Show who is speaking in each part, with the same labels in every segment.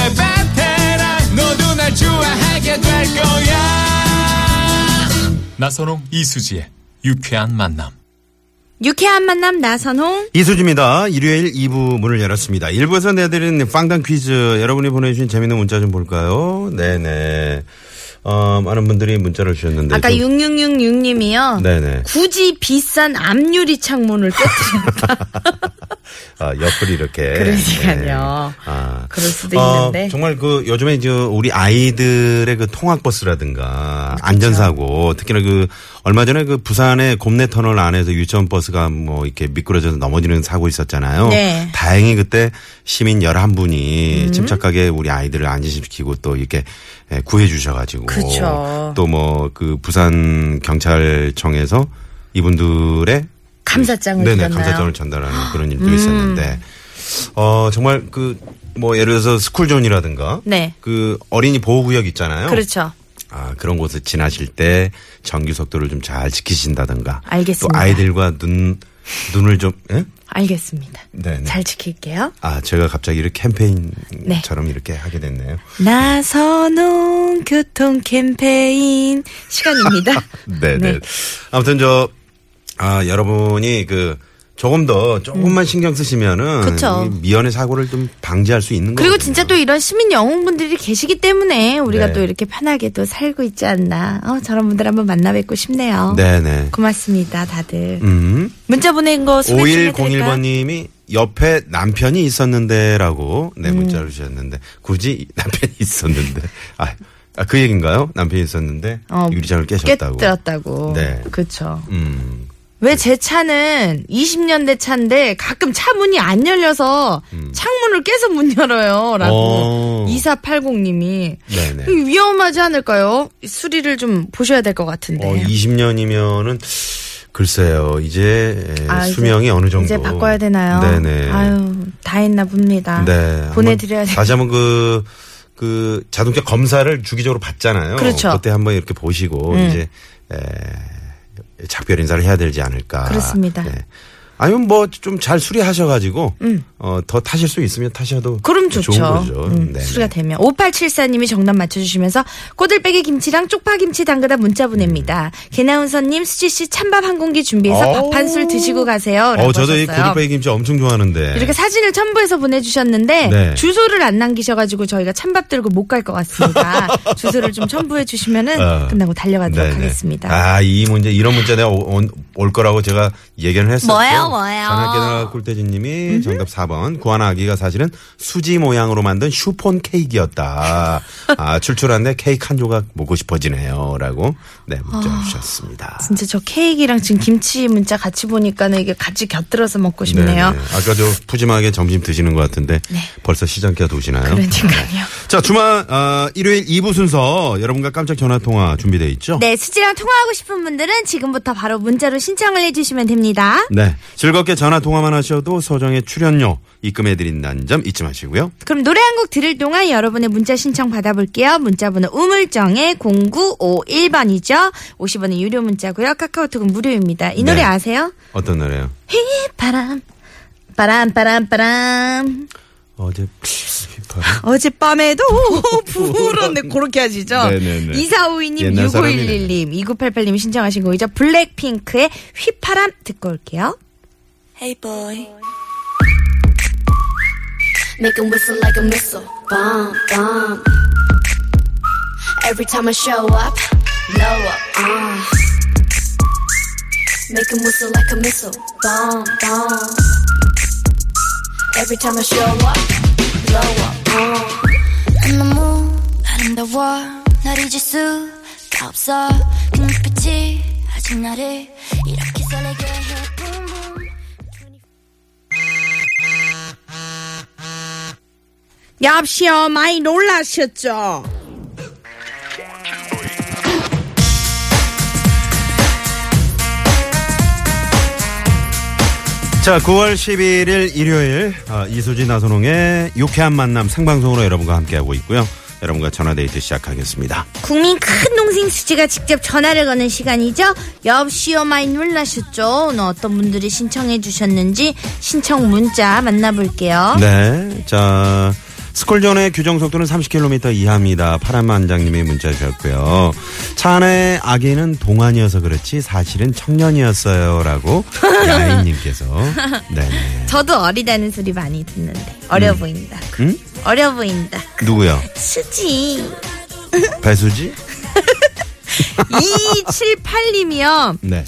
Speaker 1: 그 베테랑 너도 날 좋아하게 될 거야
Speaker 2: 나선웅 이수지의 유쾌한 만남.
Speaker 3: 유쾌한 만남 나선홍.
Speaker 4: 네, 이수지입니다. 일요일 2부 문을 열었습니다. 1부에서 내드린 빵당 퀴즈. 여러분이 보내주신 재밌는 문자 좀 볼까요? 네네. 어, 많은 분들이 문자를 주셨는데.
Speaker 3: 아까
Speaker 4: 좀-
Speaker 3: 6666님이요.
Speaker 4: 네네.
Speaker 3: 굳이 비싼 앞유리 창문을 깨뜨렸다.
Speaker 4: 아, 옆을 이렇게.
Speaker 3: 그러니까요.
Speaker 4: 아.
Speaker 3: 그럴 수도 있는데.
Speaker 4: 정말 그 요즘에 이제 우리 아이들의 그 통학버스라든가 안전사고 특히나 그 얼마 전에 그 부산의 곰내터널 안에서 유치원 버스가 뭐 이렇게 미끄러져서 넘어지는 사고 있었잖아요.
Speaker 3: 네. 음.
Speaker 4: 다행히 그때 시민 11분이 침착하게 우리 아이들을 안심시키고 또 이렇게 예, 구해 주셔 가지고
Speaker 3: 그쵸.
Speaker 4: 또 뭐 그 부산 경찰청에서 이분들의
Speaker 3: 감사장을
Speaker 4: 네네
Speaker 3: 드렸나요? 아, 음.
Speaker 4: 감사장을 전달하는 그런 일도 있었는데 어 정말 그 뭐 예를 들어서 스쿨존이라든가
Speaker 3: 네.
Speaker 4: 그 어린이 보호구역 있잖아요.
Speaker 3: 그렇죠.
Speaker 4: 아 그런 곳을 지나실 때 정규 속도를 좀 잘 지키신다든가.
Speaker 3: 알겠습니다.
Speaker 4: 또 아이들과 눈 눈을 좀 예?
Speaker 3: 알겠습니다.
Speaker 4: 네네.
Speaker 3: 잘 지킬게요.
Speaker 4: 아 제가 갑자기 이렇게
Speaker 3: 네.
Speaker 4: 캠페인처럼 이렇게 하게 됐네요.
Speaker 3: 나선홍 교통 캠페인 시간입니다.
Speaker 4: 네, 네. 아무튼 저, 아, 여러분이 그, 조금 더, 조금만 신경 쓰시면은.
Speaker 3: 음. 그쵸.
Speaker 4: 이 미연의 사고를 좀 방지할 수 있는 거예요.
Speaker 3: 그리고 진짜 또 이런 시민 영웅분들이 계시기 때문에 우리가
Speaker 4: 네.
Speaker 3: 또 이렇게 편하게 또 살고 있지 않나. 어, 저런 분들 한번 만나 뵙고 싶네요.
Speaker 4: 네네.
Speaker 3: 고맙습니다, 다들.
Speaker 4: 음.
Speaker 3: 문자 보낸 거 소개 좀 해드릴까요?
Speaker 4: 5101번님이 옆에 남편이 있었는데라고 네
Speaker 3: 음.
Speaker 4: 문자를 주셨는데 굳이 남편이 있었는데 아, 아, 그 얘긴가요? 남편이 있었는데
Speaker 3: 어,
Speaker 4: 유리장을 깨셨다고.
Speaker 3: 깨뜨렸다고.
Speaker 4: 네.
Speaker 3: 그렇죠.
Speaker 4: 음.
Speaker 3: 왜 제 차는 20년대 차인데 가끔 차 문이 안 열려서
Speaker 4: 음.
Speaker 3: 창문을 깨서 문 열어요라고
Speaker 4: 오.
Speaker 3: 2480님이
Speaker 4: 네네.
Speaker 3: 위험하지 않을까요? 수리를 좀 보셔야 될 것 같은데.
Speaker 4: 어, 20년이면은 글쎄요. 이제 에,
Speaker 3: 아, 이제-
Speaker 4: 네, 수명이 어느 정도
Speaker 3: 이제 바꿔야 되나요?
Speaker 4: 네네.
Speaker 3: 아유, 다 했나 봅니다.
Speaker 4: 네.
Speaker 3: 아, 보내드려야
Speaker 4: 한번
Speaker 3: 돼.
Speaker 4: 다시 한번 그, 그 자동차 검사를 주기적으로 받잖아요.
Speaker 3: 그렇죠. 음.
Speaker 4: 그때 한번 이렇게 보시고 이제 에, 작별 인사를 해야 되지 않을까. 네.
Speaker 3: 그렇습니다.
Speaker 4: 아니면 뭐 좀 잘 수리하셔가지고 어, 더 타실 수 있으면 타셔도
Speaker 3: 음. 그럼 좋죠.
Speaker 4: 좋은 거죠.
Speaker 3: 음,
Speaker 4: 네네.
Speaker 3: 수리가 되면 5874님이 정답 맞춰주시면서 꼬들빼기 김치랑 쪽파김치 담그다 문자 보냅니다. 개나운서님 수지 씨 찬밥 한 공기 준비해서
Speaker 4: 음. 어우.
Speaker 3: 밥 한술 드시고 가세요.
Speaker 4: 어, 저도 이
Speaker 3: 하셨어요.
Speaker 4: 고들빼기 김치 엄청 좋아하는데.
Speaker 3: 이렇게 사진을 첨부해서 보내주셨는데
Speaker 4: 네.
Speaker 3: 주소를 안 남기셔가지고 저희가 찬밥 들고 못 갈 것 같습니다. 주소를 좀 첨부해 주시면은
Speaker 4: 어.
Speaker 3: 끝나고 달려가도록
Speaker 4: 네네.
Speaker 3: 하겠습니다.
Speaker 4: 아, 이 문제, 이런 문제 내가 오- 온- 올 거라고 제가 예견을 했었죠.
Speaker 3: 뭐예요, 뭐예요? 음?
Speaker 4: 전학계나라 꿀대진 님이 정답 4번. 구하나 아기가 사실은 수지 모양으로 만든 슈폰 케이크였다. 아, 출출한데 케이크 한 조각 먹고 싶어지네요. 라고, 네, 문자
Speaker 3: 아,
Speaker 4: 주셨습니다.
Speaker 3: 진짜 저 케이크랑 지금 김치 문자 같이 보니까는 이게 같이 곁들여서 먹고 싶네요. 네.
Speaker 4: 네네. 아까 저 푸짐하게 점심 드시는 것 같은데 벌써 시장기가 도시나요?
Speaker 3: 그러니까요.
Speaker 4: 자, 주말, 아, 일요일 2부 순서 여러분과 깜짝 전화 통화 준비되어 있죠?
Speaker 3: 네, 수지랑 통화하고 싶은 분들은 지금부터 바로 문자로 신청을 해주시면 됩니다.
Speaker 4: 네. 즐겁게 전화 통화만 하셔도 서정의 출연료 입금해드린다는 점 잊지 마시고요.
Speaker 3: 그럼 노래 한 곡 들을 동안 여러분의 문자 신청 받아볼게요. 문자번호 우물정에 0951번이죠. 50원의 유료 문자고요. 카카오톡은 무료입니다. 이 노래
Speaker 4: 네.
Speaker 3: 아세요?
Speaker 4: 어떤 노래요?
Speaker 3: 바람, 바람, 바람, 바람.
Speaker 4: 어제
Speaker 3: 어젯밤에도 불었네. 그렇게 하시죠?
Speaker 4: 네네네.
Speaker 3: 2452님,
Speaker 4: 옛날
Speaker 3: 6511님, 2988님 신청하신 곡이죠. 블랙핑크의 휘파람 듣고 올게요.
Speaker 5: Hey boy. Make 'em whistle like a missile. Bomb, bomb. Every time I show up, blow up. Uh. Make 'em whistle like a missile. Bomb, bomb. Every time I show up, blow up.
Speaker 6: 난 너무 아름다워 날 잊을 수가 없어 그 눈빛이 아직 나를 이렇게 설레게 해 Boom, boom.
Speaker 3: 여보시요 많이 놀라셨죠?
Speaker 4: 자, 9월 11일 일요일 어, 이수진 나선홍의 유쾌한 만남 생방송으로 여러분과 함께하고 있고요. 여러분과 전화데이트 시작하겠습니다.
Speaker 3: 국민 큰 동생 수지가 직접 전화를 거는 시간이죠. 여보시오 많이 놀라셨죠? 오늘 어떤 분들이 신청해 주셨는지 신청 문자 만나볼게요.
Speaker 4: 네. 자, 스콜존의 규정 속도는 30km 이하입니다. 파란만장님이 문자 주셨고요. 차 안에 아기는 동안이어서 그렇지 사실은 청년이었어요. 라고 야인님께서. 네네.
Speaker 3: 저도 어리다는 소리 많이 듣는데 어려 보인다.
Speaker 4: 음?
Speaker 3: 어려 보인다.
Speaker 4: 누구요?
Speaker 3: 수지
Speaker 4: 배수지?
Speaker 3: 278님이요.
Speaker 4: 네.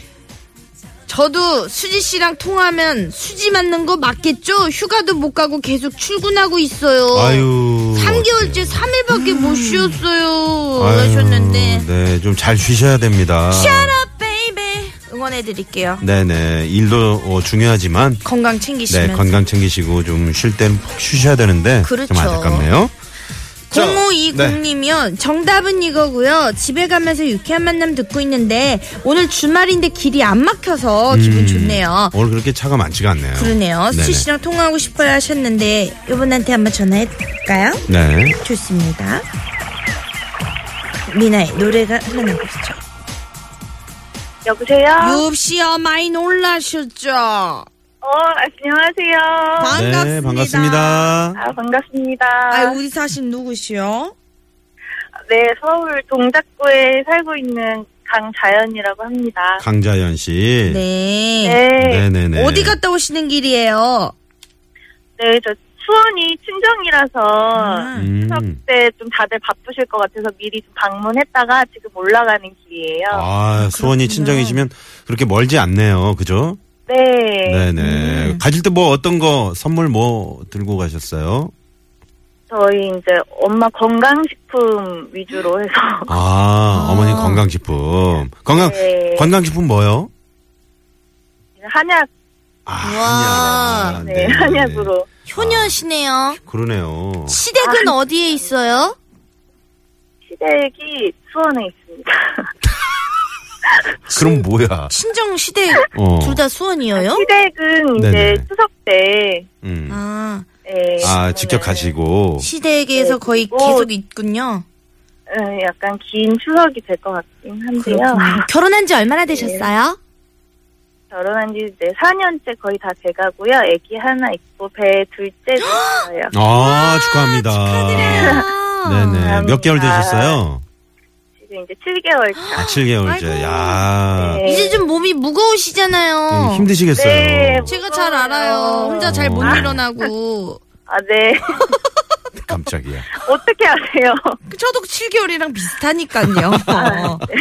Speaker 3: 저도 수지 씨랑 통화하면 수지 맞는 거 맞겠죠? 휴가도 못 가고 계속 출근하고 있어요.
Speaker 4: 아유.
Speaker 3: 3개월째 3일밖에 못 쉬었어요.
Speaker 4: 어때요? 아유,
Speaker 3: 하셨는데.
Speaker 4: 네, 좀 잘 쉬셔야 됩니다.
Speaker 3: 샤라 베이베 응원해 드릴게요.
Speaker 4: 네네. 일도 어, 중요하지만
Speaker 3: 건강
Speaker 4: 네,
Speaker 3: 챙기시면서.
Speaker 4: 건강 챙기시고 좀 쉴 때는 푹 쉬셔야 되는데
Speaker 3: 그렇죠.
Speaker 4: 좀 안타깝네요. 자,
Speaker 3: 0520님이요. 정답은 이거고요. 집에 가면서 유쾌한 만남 듣고 있는데 오늘 주말인데 길이 안 막혀서 기분 좋네요.
Speaker 4: 음, 오늘 그렇게 차가 많지가 않네요.
Speaker 3: 음. 그러네요.
Speaker 4: 네네.
Speaker 3: 수지 씨랑 통화하고 싶어요 하셨는데 이분한테 한번 전화해 볼까요?
Speaker 4: 네.
Speaker 3: 좋습니다. 미나의 노래가 흘러나고 있죠.
Speaker 7: 여보세요?
Speaker 3: 유시어 많이 놀라셨죠?
Speaker 7: 어, 안녕하세요.
Speaker 3: 반갑습니다.
Speaker 4: 네, 반갑습니다.
Speaker 7: 아, 반갑습니다.
Speaker 3: 아, 우리 사신 누구시요?
Speaker 7: 네, 서울 동작구에 살고 있는 강자연이라고 합니다.
Speaker 4: 강자연 씨.
Speaker 3: 네.
Speaker 7: 네.
Speaker 4: 네네네.
Speaker 3: 어디 갔다 오시는 길이에요?
Speaker 7: 네, 저 수원이 친정이라서
Speaker 3: 아,
Speaker 4: 음.
Speaker 7: 추석 때 좀 다들 바쁘실 것 같아서 미리 좀 방문했다가 지금 올라가는 길이에요.
Speaker 4: 아, 수원이 친정이시면 그렇게 멀지 않네요. 그죠?
Speaker 7: 네.
Speaker 4: 네네. 가실 때 뭐 어떤 거 선물 뭐 들고 가셨어요?
Speaker 7: 저희 이제 엄마 건강식품 위주로 해서
Speaker 4: 아, 어머니 건강식품. 건강,
Speaker 7: 네.
Speaker 4: 건강식품 뭐요?
Speaker 7: 한약,
Speaker 4: 아,
Speaker 3: 와.
Speaker 4: 한약.
Speaker 7: 네,
Speaker 4: 네네네.
Speaker 7: 한약으로.
Speaker 3: 효녀시네요.
Speaker 4: 그러네요.
Speaker 3: 시댁은 어디에 있어요?
Speaker 7: 시댁이 수원에 있습니다.
Speaker 4: 그럼 뭐야?
Speaker 3: 친정 아, 시댁
Speaker 4: 어.
Speaker 3: 둘 다 수원이에요?
Speaker 7: 시댁은 이제
Speaker 4: 네네네.
Speaker 7: 추석 때
Speaker 4: 음.
Speaker 3: 아,
Speaker 7: 네,
Speaker 4: 아, 직접
Speaker 7: 그러면은,
Speaker 4: 가시고.
Speaker 3: 시댁에서 거의
Speaker 7: 어.
Speaker 3: 계속 있군요.
Speaker 7: 음, 약간 긴 추석이 될 것 같긴 한데요.
Speaker 3: 그렇군요. 네. 음, 결혼한 지 얼마나 되셨어요?
Speaker 7: 결혼한 지 이제 4년째 거의 다 돼가고요. 아기 하나 있고 배 둘째 됐어요.
Speaker 4: 아, 축하합니다.
Speaker 3: 아.
Speaker 4: 네네. 몇
Speaker 7: 감사합니다.
Speaker 4: 개월 되셨어요?
Speaker 7: 지금 이제 7개월
Speaker 4: 아,
Speaker 7: 차.
Speaker 4: 7개월째.
Speaker 3: 아이고.
Speaker 4: 야
Speaker 7: 네.
Speaker 3: 이제 좀 몸이 무거우시잖아요.
Speaker 4: 음, 힘드시겠어요.
Speaker 7: 네.
Speaker 3: 제가 잘 알아요. 혼자 잘 못 일어나고.
Speaker 7: 아, 네.
Speaker 4: 깜짝이야.
Speaker 7: 어떻게 아세요?
Speaker 3: 저도 7개월이랑 비슷하니까요. 네.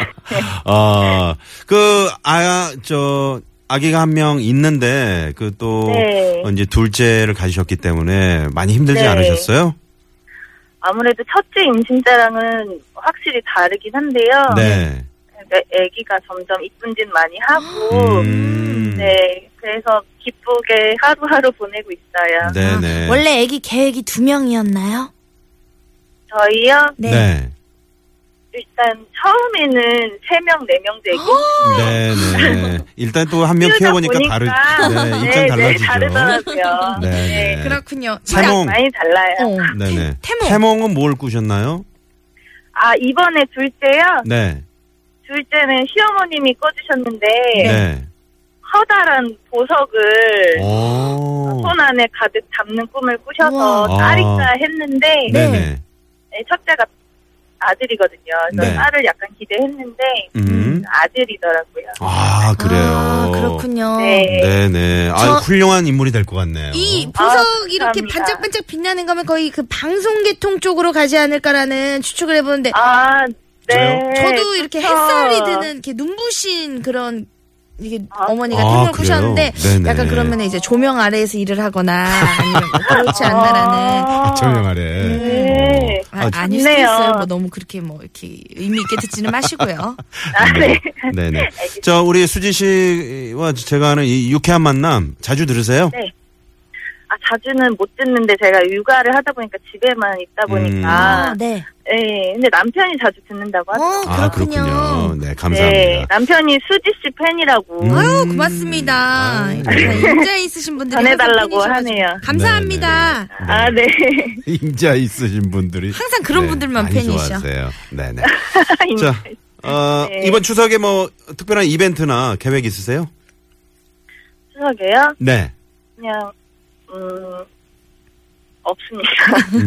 Speaker 4: 아, 그, 아, 저, 아기가 한 명 있는데, 그 또,
Speaker 7: 네.
Speaker 4: 이제 둘째를 가지셨기 때문에 많이 힘들지
Speaker 7: 네.
Speaker 4: 않으셨어요?
Speaker 7: 아무래도 첫째 임신자랑은 확실히 다르긴 한데요.
Speaker 4: 네.
Speaker 7: 그러니까 아기가 점점 이쁜 짓 많이 하고,
Speaker 4: 음.
Speaker 7: 네. 그래서 기쁘게 하루하루 보내고 있어요.
Speaker 4: 네네.
Speaker 3: 원래 애기 계획이 두 명이었나요?
Speaker 7: 저희요?
Speaker 4: 네.
Speaker 3: 네.
Speaker 4: 네.
Speaker 7: 일단 처음에는 3명, 4명도 아기
Speaker 4: 네네. 일단 또 한 명 키워보니까 다르, 네, 입장 달라지죠.
Speaker 7: 다르더라고요.
Speaker 4: 네.
Speaker 7: 네.
Speaker 3: 그렇군요.
Speaker 4: 태몽.
Speaker 7: 많이 달라요.
Speaker 3: 어.
Speaker 4: 네네.
Speaker 3: 태몽.
Speaker 4: 태몽은 뭘 꾸셨나요?
Speaker 7: 아, 이번에 둘째요?
Speaker 4: 네.
Speaker 7: 둘째는 시어머님이 꿔주셨는데,
Speaker 4: 네.
Speaker 7: 커다란 보석을
Speaker 4: 오.
Speaker 7: 손 안에 가득 담는 꿈을 꾸셔서
Speaker 4: 우와. 아.
Speaker 7: 딸이자 했는데,
Speaker 4: 네네.
Speaker 7: 네, 첫째가 아들이거든요. 그래서
Speaker 4: 네.
Speaker 7: 딸을 약간 기대했는데,
Speaker 4: 음.
Speaker 7: 아들이더라고요.
Speaker 4: 아, 그래요.
Speaker 3: 아, 그렇군요.
Speaker 7: 네.
Speaker 4: 네네. 아유,
Speaker 3: 저-
Speaker 4: 훌륭한 인물이 될 것 같네요.
Speaker 3: 이 보석
Speaker 7: 아,
Speaker 3: 이렇게
Speaker 7: 감사합니다.
Speaker 3: 반짝반짝 빛나는 거면 거의 그 방송계통 쪽으로 가지 않을까라는 추측을 해보는데
Speaker 7: 아, 네.
Speaker 3: 저도 이렇게
Speaker 7: 그쵸.
Speaker 3: 햇살이 드는 이렇게 눈부신 그런 이게
Speaker 7: 아,
Speaker 3: 어머니가
Speaker 4: 아,
Speaker 3: 태몽을
Speaker 4: 그래요?
Speaker 3: 꾸셨는데
Speaker 4: 네네.
Speaker 3: 약간 그러면 이제 조명 아래에서 일을 하거나 아니면 뭐 그렇지 않나라는
Speaker 4: 어.
Speaker 7: 아,
Speaker 4: 조명하래.
Speaker 7: 네.
Speaker 3: 아,
Speaker 4: 아,
Speaker 3: 아닐 수도
Speaker 7: 좋네요.
Speaker 3: 있어요. 뭐 너무 그렇게 뭐 이렇게 의미 있게 듣지는 마시고요.
Speaker 7: 아, 네.
Speaker 4: 네네. 자, 우리 수지 씨와 제가 아는 이 유쾌한 만남 자주 들으세요?
Speaker 7: 네. 아, 자주는 못 듣는데 제가 육아를 하다 보니까 집에만 있다
Speaker 4: 음.
Speaker 7: 보니까.
Speaker 3: 아, 네.
Speaker 7: 예, 근데 남편이 자주 듣는다고 하죠.
Speaker 3: 어,
Speaker 4: 아,
Speaker 3: 그렇군요.
Speaker 4: 그렇군요. 네,
Speaker 7: 네,
Speaker 4: 감사합니다. 음.
Speaker 7: 남편이 수지 씨 팬이라고.
Speaker 3: 아유, 고맙습니다. 네.
Speaker 4: 아유.
Speaker 3: 인자 있으신 분들이 항상
Speaker 7: 음. 네. 전해달라고
Speaker 3: 팬이셔가지고.
Speaker 7: 하네요.
Speaker 3: 감사합니다.
Speaker 7: 아, 네.
Speaker 4: 인자 있으신 분들이. 네,
Speaker 3: 항상 그런 분들만
Speaker 4: 많이
Speaker 3: 팬이셔.
Speaker 4: 좋아하세요. 네네. 자, 어,
Speaker 3: 네.
Speaker 4: 이번 추석에 뭐 특별한 이벤트나 계획 있으세요?
Speaker 7: 추석에요?
Speaker 4: 네.
Speaker 7: 그냥, 음, 없습니다.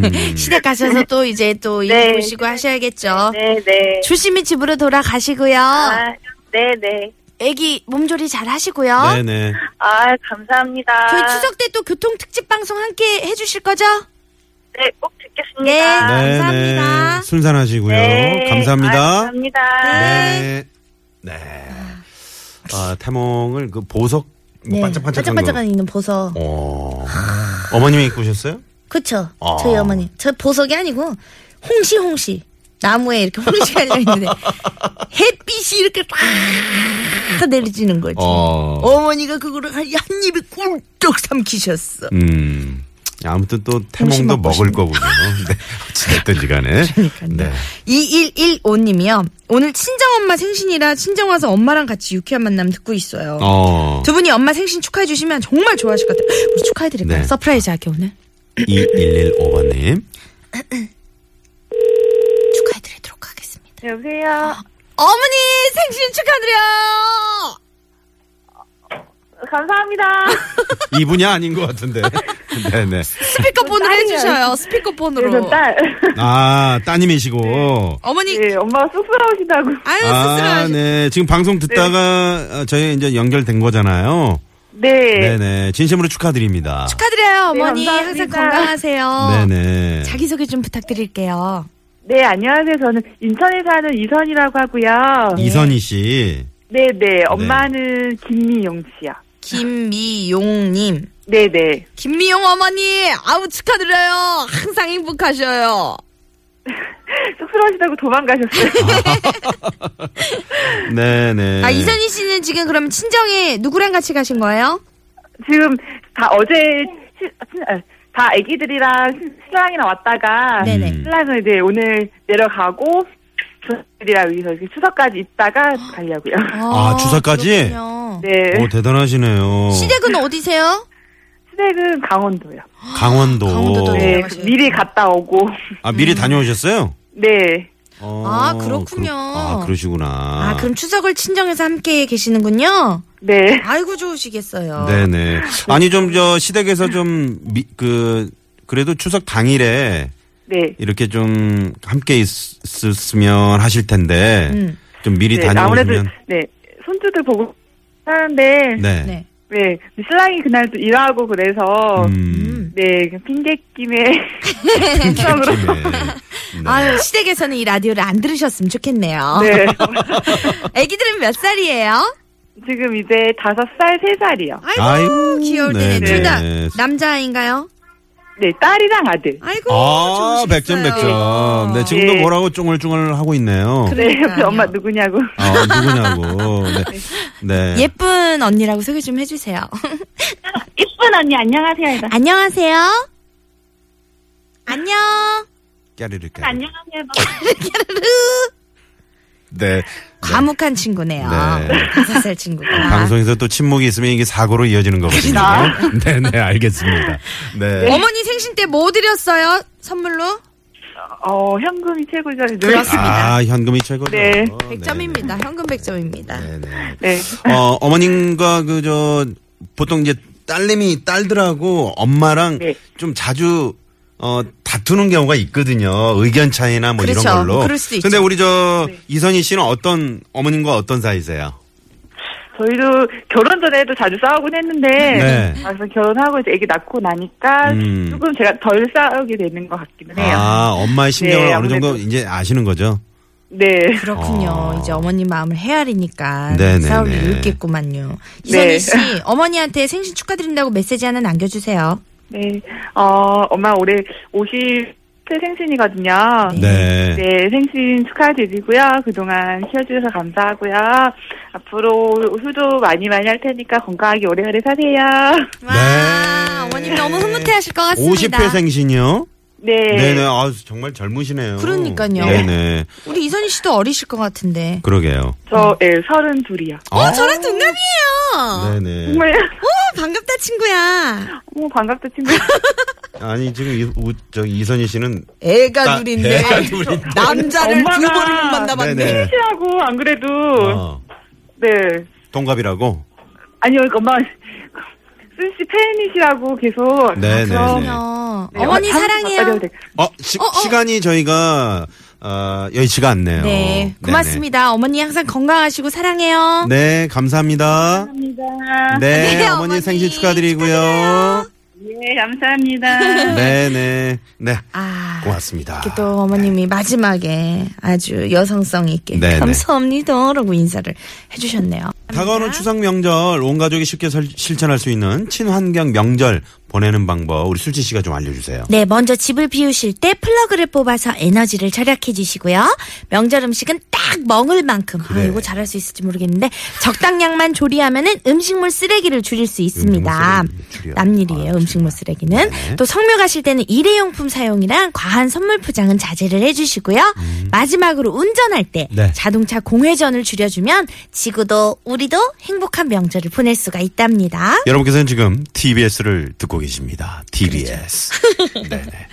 Speaker 4: 음.
Speaker 3: 시댁 가셔서 또 이제 또
Speaker 7: 네.
Speaker 3: 일 보시고 하셔야겠죠.
Speaker 7: 네, 네.
Speaker 3: 조심히 집으로 돌아가시고요.
Speaker 7: 아, 네, 네.
Speaker 3: 애기 몸조리 잘 하시고요.
Speaker 4: 네네.
Speaker 7: 아, 감사합니다.
Speaker 3: 저희 추석 때 또 교통 특집 방송 함께 해주실 거죠?
Speaker 4: 뭐
Speaker 7: 네, 꼭 듣겠습니다.
Speaker 3: 네,
Speaker 4: 네네.
Speaker 3: 감사합니다.
Speaker 4: 순산하시고요.
Speaker 7: 네.
Speaker 4: 감사합니다.
Speaker 7: 아, 감사합니다.
Speaker 4: 네. 네. 아, 태몽을 그 보석 뭐
Speaker 7: 네.
Speaker 3: 네.
Speaker 4: 반짝반짝한
Speaker 8: 반짝반짝한
Speaker 4: 거.
Speaker 8: 있는 보석.
Speaker 4: 어. 어머님이 입고 오셨어요?
Speaker 8: 그쵸?
Speaker 4: 아.
Speaker 8: 저희 어머니. 저 보석이 아니고, 홍시, 홍시. 나무에 이렇게 홍시가 열려있는데, 햇빛이 이렇게 쫙 내리지는 거지.
Speaker 4: 어.
Speaker 8: 어머니가 그거를 한 입에 꿀떡 삼키셨어.
Speaker 4: 음. 아무튼 또 태몽도
Speaker 8: 먹고
Speaker 4: 먹을 거군요. 네. 어찌됐든지 간에. 네.
Speaker 3: 2115님이요. 오늘 친정엄마 생신이라 친정와서 엄마랑 같이 유쾌한 만남 듣고 있어요.
Speaker 4: 어.
Speaker 3: 두 분이 엄마 생신 축하해주시면 정말 좋아하실 것 같아요. 우리 축하해드릴까요?
Speaker 4: 네.
Speaker 3: 서프라이즈 할게 오늘.
Speaker 4: 2115번님.
Speaker 8: 축하해드리도록 하겠습니다.
Speaker 3: 네.
Speaker 7: 여보세요?
Speaker 3: 아. 어머니 생신 축하드려요!
Speaker 7: 감사합니다.
Speaker 3: 어.
Speaker 4: 이분이 아닌 것 같은데. 네네.
Speaker 8: 아,
Speaker 3: 스피커폰으로 해주셔요. 스피커폰으로.
Speaker 7: 저 딸.
Speaker 4: 아, 따님이시고.
Speaker 3: 어머니,
Speaker 8: 예.
Speaker 7: 네, 엄마가 쑥스러우시다고.
Speaker 3: 아유,
Speaker 4: 아,
Speaker 3: 스스로.
Speaker 4: 네. 지금 방송 듣다가 어, 저희 이제 연결된 거잖아요.
Speaker 7: 네.
Speaker 4: 네네. 진심으로 축하드립니다.
Speaker 3: 축하드려요,
Speaker 8: 네,
Speaker 3: 어머니.
Speaker 7: 감사합니다.
Speaker 3: 항상 건강하세요.
Speaker 4: 네네.
Speaker 3: 자기소개 좀 부탁드릴게요.
Speaker 7: 네, 안녕하세요. 저는 인천에 사는 이선이라고 하고요.
Speaker 4: 이선희 씨.
Speaker 7: 네, 네. 엄마는 김미용 씨요.
Speaker 3: 김미용님.
Speaker 7: 네, 네.
Speaker 3: 김미용 어머니, 아우, 축하드려요. 항상 행복하셔요.
Speaker 7: 쑥스러우시다고 도망가셨어요.
Speaker 4: 네네.
Speaker 3: 아, 이선희 씨는 지금 그럼 친정에 누구랑 같이 가신 거예요?
Speaker 7: 지금 다 어제 시, 시- 아, 다 아기들이랑 시- 신랑이랑 왔다가
Speaker 3: 네네.
Speaker 7: 신랑은 이제 오늘 내려가고 저희들이랑 여기서 이렇게 추석까지 있다가 가려고요.
Speaker 4: 아, 주사까지?
Speaker 3: 그렇군요.
Speaker 7: 네.
Speaker 4: 오, 대단하시네요.
Speaker 3: 시댁은 어디세요?
Speaker 7: 시댁은 강원도요.
Speaker 4: 강원도.
Speaker 3: 강원도도
Speaker 7: 네.
Speaker 3: 어,
Speaker 7: 그 미리 갔다 오고.
Speaker 4: 아, 미리 다녀오셨어요?
Speaker 7: 네.
Speaker 4: 어,
Speaker 3: 아, 그렇군요.
Speaker 4: 그렇- 아, 그러시구나.
Speaker 3: 아, 그럼 추석을 친정에서 함께 계시는군요?
Speaker 7: 네.
Speaker 3: 아이고, 좋으시겠어요.
Speaker 4: 네네. 아니, 좀, 저, 시댁에서 좀, 미, 그, 그래도 추석 당일에
Speaker 7: 네.
Speaker 4: 이렇게 좀 함께 있었으면 하실 텐데,
Speaker 3: 음.
Speaker 4: 좀 미리
Speaker 7: 네. 아무래도
Speaker 4: 다녀오시면.
Speaker 7: 네. 손주들 보고 하는데
Speaker 4: 네.
Speaker 3: 네. 어,
Speaker 7: 네. 신랑이 그날 또 일하고 그래서
Speaker 4: 음.
Speaker 7: 네. 그냥 핑계김에
Speaker 4: 네.
Speaker 3: 아유, 시댁에서는 이 라디오를 안 들으셨으면 좋겠네요.
Speaker 7: 네.
Speaker 3: 애기들은 몇 살이에요?
Speaker 7: 지금 이제 다섯 살, 세 살이요.
Speaker 3: 아이고,
Speaker 4: 아이고,
Speaker 3: 귀여울
Speaker 4: 네,
Speaker 3: 때. 둘 다
Speaker 4: 네.
Speaker 3: 남자아인가요?
Speaker 7: 네, 딸이랑 아들.
Speaker 3: 아이고,
Speaker 4: 아,
Speaker 3: 좋으시겠어요. 예.
Speaker 4: 백점, 백점. 네, 지금도
Speaker 7: 네.
Speaker 4: 뭐라고 쫑얼쫑얼 하고 있네요.
Speaker 7: 네, 옆에
Speaker 3: 그러니까요.
Speaker 7: 엄마 누구냐고.
Speaker 4: 아, 누구냐고. 네. 네.
Speaker 3: 예쁜 언니라고 소개 좀 해주세요.
Speaker 7: 이쁜 언니 안녕하세요.
Speaker 3: 안녕하세요. 안녕.
Speaker 4: 까르르 까르르.
Speaker 7: 안녕하세요.
Speaker 4: 네.
Speaker 3: 과묵한 친구네요.
Speaker 4: 네.
Speaker 3: 다섯 살 친구가.
Speaker 4: 방송에서 또 침묵이 있으면 이게 사고로 이어지는
Speaker 3: 그렇죠.
Speaker 4: 거거든요. 네, 네, 알겠습니다. 네.
Speaker 3: 어머니 생신 때 뭐 드렸어요? 선물로?
Speaker 7: 어, 현금이 최고죠. 네.
Speaker 4: 아, 현금이 최고죠.
Speaker 7: 네.
Speaker 4: 네,
Speaker 3: 백점입니다 현금 백점입니다
Speaker 4: 네, 네.
Speaker 7: 네.
Speaker 4: 어, 어머님과 그, 저, 보통 이제 딸내미, 딸들하고 엄마랑
Speaker 7: 네.
Speaker 4: 좀 자주 어, 다투는 경우가 있거든요. 의견 차이나 뭐
Speaker 3: 그렇죠.
Speaker 4: 이런 걸로.
Speaker 3: 그럴 수도 있죠. 네.
Speaker 4: 근데 우리 저 이선희 씨는 어떤 어머님과 어떤 사이세요?
Speaker 7: 저희도 결혼 전에도 자주 싸우곤 했는데,
Speaker 4: 네.
Speaker 7: 그래서 결혼하고 이제 아기 낳고 나니까
Speaker 4: 음.
Speaker 7: 조금 제가 덜 싸우게 되는 것 같기는
Speaker 3: 네.
Speaker 7: 해요.
Speaker 4: 아, 엄마의 심경을
Speaker 7: 네,
Speaker 4: 어느 정도
Speaker 7: 아무래도.
Speaker 4: 이제 아시는 거죠?
Speaker 7: 네.
Speaker 3: 그렇군요.
Speaker 4: 어.
Speaker 3: 이제 어머니 마음을 헤아리니까
Speaker 4: 네네네.
Speaker 3: 싸울 일이 있겠구만요.
Speaker 7: 네.
Speaker 3: 이선희 씨, 어머니한테 생신 축하드린다고 메시지 하나 남겨주세요.
Speaker 7: 네. 어, 엄마 올해 50 생신이거든요.
Speaker 4: 네.
Speaker 7: 네, 생신 축하드리고요. 그동안 키워주셔서 감사하고요. 앞으로 효도 많이 많이 할 테니까 건강하게 오래오래 사세요.
Speaker 3: 와,
Speaker 4: 네.
Speaker 3: 어머님 너무 흐뭇해하실 것 같습니다.
Speaker 4: 50회 생신이요?
Speaker 7: 네.
Speaker 4: 네네. 아 정말 젊으시네요.
Speaker 3: 그러니까요.
Speaker 4: 네네.
Speaker 3: 우리 이선희 씨도 어리실 것 같은데.
Speaker 4: 그러게요.
Speaker 7: 저, 예, 서른 둘이요.
Speaker 4: 아,
Speaker 3: 저랑 동갑이에요.
Speaker 4: 네네.
Speaker 7: 정말,
Speaker 3: 어, 반갑다 친구야.
Speaker 7: 어, 반갑다, 친구.
Speaker 4: 아니 지금 이, 우, 저 이선희 씨는
Speaker 8: 애가
Speaker 4: 딱-
Speaker 8: 둘인데 남자를 두
Speaker 7: 엄마가-
Speaker 8: 번을 못 만나봤네.
Speaker 4: 네네.
Speaker 7: 하고, 안 그래도,
Speaker 4: 어,
Speaker 7: 네.
Speaker 4: 동갑이라고.
Speaker 7: 아니요, 엄마, 순씨 팬이시라고 계속.
Speaker 4: 네네네.
Speaker 3: 어,
Speaker 7: 네,
Speaker 3: 어머니
Speaker 7: 한-
Speaker 3: 사랑해요.
Speaker 7: 네.
Speaker 4: 어, 시, 간이 저희가 어, 여의치가
Speaker 3: 네,
Speaker 4: 않네요. 어, 네네.
Speaker 3: 고맙습니다. 어머니 항상 건강하시고 사랑해요.
Speaker 4: 네, 감사합니다.
Speaker 7: 감사합니다.
Speaker 4: 네,
Speaker 3: 네,
Speaker 4: 어머니
Speaker 3: 어머니
Speaker 4: 생신 축하드리고요.
Speaker 7: 예, 감사합니다.
Speaker 4: 네, 네, 네,
Speaker 3: 아,
Speaker 4: 고맙습니다.
Speaker 3: 이렇게 또 어머님이 마지막에 아주 여성성 있게
Speaker 4: 네네.
Speaker 3: 감사합니다라고 인사를 해주셨네요.
Speaker 4: 다가오는 추석 명절 온 가족이 쉽게 설- 실천할 수 있는 친환경 명절 보내는 방법 우리 술지 씨가 좀 알려주세요.
Speaker 8: 네, 먼저 집을 비우실 때 플러그를 뽑아서 에너지를 절약해 주시고요. 명절 음식은 딱 먹을 만큼.
Speaker 4: 그래.
Speaker 8: 아, 이거 잘할 수 있을지 모르겠는데 적당량만 조리하면은 음식물 쓰레기를 줄일 수 있습니다.
Speaker 4: 음식물 쓰레기를 줄여.
Speaker 8: 남일이에요,
Speaker 4: 아,
Speaker 8: 음식물 쓰레기는.
Speaker 4: 네.
Speaker 8: 또 성묘 가실 때는 일회용품 사용이랑 과한 선물 포장은 자제를 해 주시고요. 마지막으로 운전할 때
Speaker 4: 음. 네.
Speaker 8: 자동차 공회전을 줄여주면 지구도 우리도 행복한 명절을 보낼 수가 있답니다.
Speaker 4: 여러분께서는 지금 TBS를 듣고 계십니다.
Speaker 3: 그렇죠.
Speaker 4: TBS. 네네.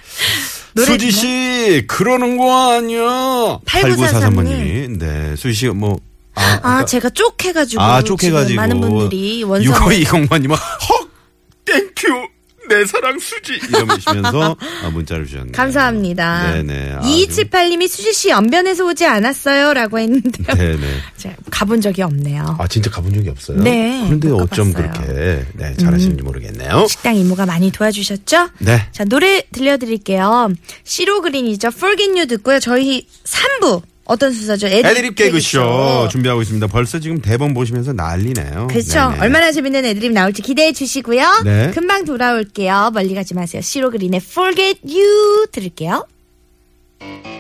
Speaker 4: 수지 씨 그러는 거 아니야?
Speaker 8: 8943
Speaker 4: 8943번님이 네 수지 씨뭐 아,
Speaker 8: 아,
Speaker 4: 그러니까-
Speaker 8: 제가 쪽해가지고.
Speaker 4: 아
Speaker 8: 지금
Speaker 4: 쪽해가지고
Speaker 8: 많은 분들이 원성.
Speaker 4: 6520번님은 헉 땡큐 내 사랑 수지 이러시면서 아, 문자를 주셨네요.
Speaker 3: 감사합니다.
Speaker 4: 네네. 아,
Speaker 3: 2278님이 수지 씨 연변에서 오지 않았어요? 라고
Speaker 4: 음.
Speaker 3: 했는데요.
Speaker 4: 네네.
Speaker 3: 제가 가본 적이 없네요.
Speaker 4: 아 진짜 가본 적이 없어요.
Speaker 3: 네,
Speaker 4: 그런데
Speaker 3: 못 가봤어요. 음.
Speaker 4: 어쩜 그렇게 네, 잘하시는지 모르겠네요.
Speaker 3: 식당 이모가 많이 도와주셨죠?
Speaker 4: 네.
Speaker 3: 자, 노래 들려드릴게요. 시로그린이죠. Forget You 듣고요. 저희 3부. 어떤 순서죠? 애드립,
Speaker 4: 애드립 개그쇼 준비하고 있습니다. 벌써 지금 대본 보시면서 난리네요.
Speaker 3: 그렇죠.
Speaker 4: 네네.
Speaker 3: 얼마나 재밌는 애드립 나올지 기대해 주시고요.
Speaker 4: 네.
Speaker 3: 금방 돌아올게요. 멀리 가지 마세요. 시로그린의 Forget You 들을게요.